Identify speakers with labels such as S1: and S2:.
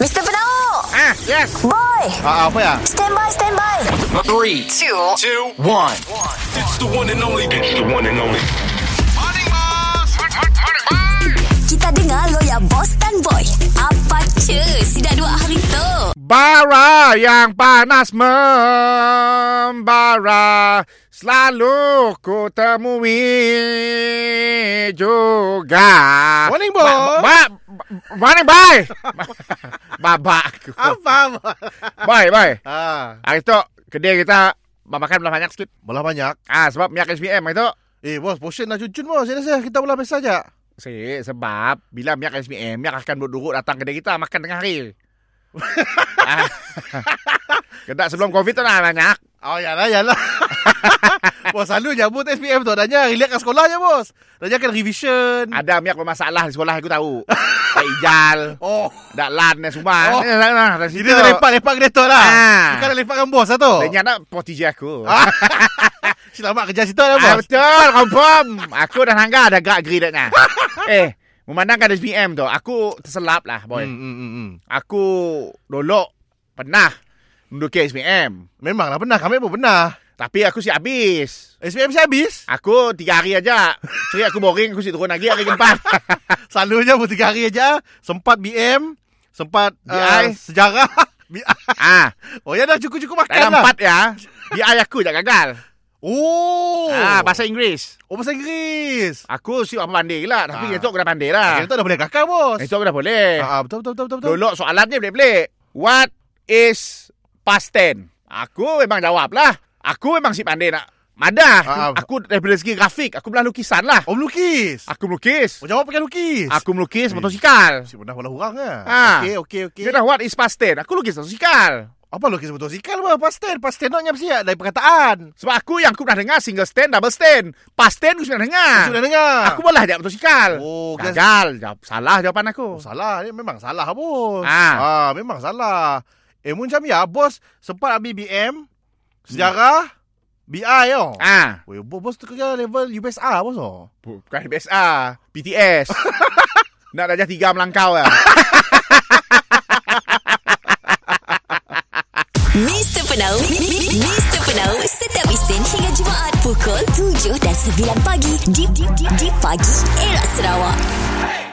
S1: Mr. Penau
S2: Ah, yes.
S1: Boy
S2: Ah, apa ya?
S1: Stand by stand by
S3: Three, two, two, one.
S4: It's the one and only. It's the one and only.
S1: Kita dengar lo ya boss dan boy Apa cuy Sudah dua hari tu
S2: Bara yang panas membara Selalu ku temui juga
S5: Morning, boy.
S2: Ba, ba, ba- morning, boy Babak aku
S5: Apa?
S2: Boy, boy
S5: ah,
S2: Hari tu kedai kita Makan belah banyak sikit
S5: bola banyak.
S2: Ah Sebab minyak SPM hari tu
S5: Eh, bos, portion dah jujun bos. Saya rasa kita bola biasa aja.
S2: Si, sebab bila minyak SPM, minyak akan duduk-duduk datang kedai kita makan tengah hari. Ah. Kedak sebelum COVID tu dah banyak.
S5: Oh, ya lah, ya lah. bos, selalu nyambut SPM tu. Adanya relax kat sekolah je, bos. Adanya kan revision.
S2: Hmm. Ada minyak bermasalah di sekolah aku tahu. Tak ijal,
S5: Oh,
S2: tak lan dan semua.
S5: Oh.
S2: Ni lah, lah, dari situ.
S5: jadi dia lepak-lepak kereta lah.
S2: Ah.
S5: Bukan nak lepak kan bos lah tu.
S2: Dia nyata poti je aku.
S5: Ah, Selamat kerja situ lah,
S2: Ah,
S5: bos.
S2: betul, confirm. Aku dan Hangga ada gak agree datnya. eh, memandangkan SPM tu, aku terselap lah, boy.
S5: Hmm, hmm, hmm, hmm.
S2: Aku dulu pernah menduduki SPM.
S5: Memanglah benar. lah, Kami pun benar.
S2: Tapi aku siap habis.
S5: SPM saya habis.
S2: Aku tiga hari aja. Cari aku boring, aku si turun lagi hari keempat.
S5: Selalunya pun tiga hari aja. Sempat BM. Sempat
S2: BI.
S5: uh, sejarah. BI.
S2: ah,
S5: Oh, ya dah cukup-cukup
S2: dah ada
S5: makan lah.
S2: empat ya. Dia ayah aku tak gagal.
S5: Oh.
S2: Ah, bahasa Ah. Inggeris.
S5: Oh bahasa Inggeris.
S2: Aku si orang pandai gila, tapi
S5: Ah.
S2: esok aku dah pandai lah.
S5: Ah. Kita dah boleh kakak bos.
S2: Esok aku dah boleh.
S5: Ah, ah, betul betul betul betul. betul.
S2: Dulu soalannya pelik-pelik. What is past tense? Aku memang jawab lah. Aku memang si pandai nak madah.
S5: Ah, ah.
S2: Aku daripada segi grafik, aku belah lukisan lah.
S5: Oh melukis.
S2: Aku melukis.
S5: Oh jawab pakai lukis.
S2: Aku melukis motosikal.
S5: si pernah bola orang ah.
S2: Ah.
S5: Okey okey okey.
S2: Dia dah what is past tense? Aku lukis motosikal.
S5: Apa lukis motosikal bah? Pasten, pasten nak nyap siap dari perkataan.
S2: Sebab aku yang aku pernah dengar single stand, double stand. Past stand aku pernah dengar.
S5: Sudah dengar.
S2: Aku malah ajak motosikal.
S5: Oh, kira-
S2: Gagal. Jawab, salah jawapan aku.
S5: oh, salah, dia memang salah bos.
S2: Ah.
S5: ah memang salah. Eh macam ya bos sempat ambil BM sejarah BI yo.
S2: Hmm. Ah,
S5: Ah. Weh, bos, bos tu kerja level UBSA bos oh.
S2: bukan BSA, BTS. Nak darjah tiga melangkau lah.
S1: Mr. Penau Mr. Penau Setiap Isnin hingga Jumaat Pukul 7 dan 9 pagi Di, di, di, di pagi Era Sarawak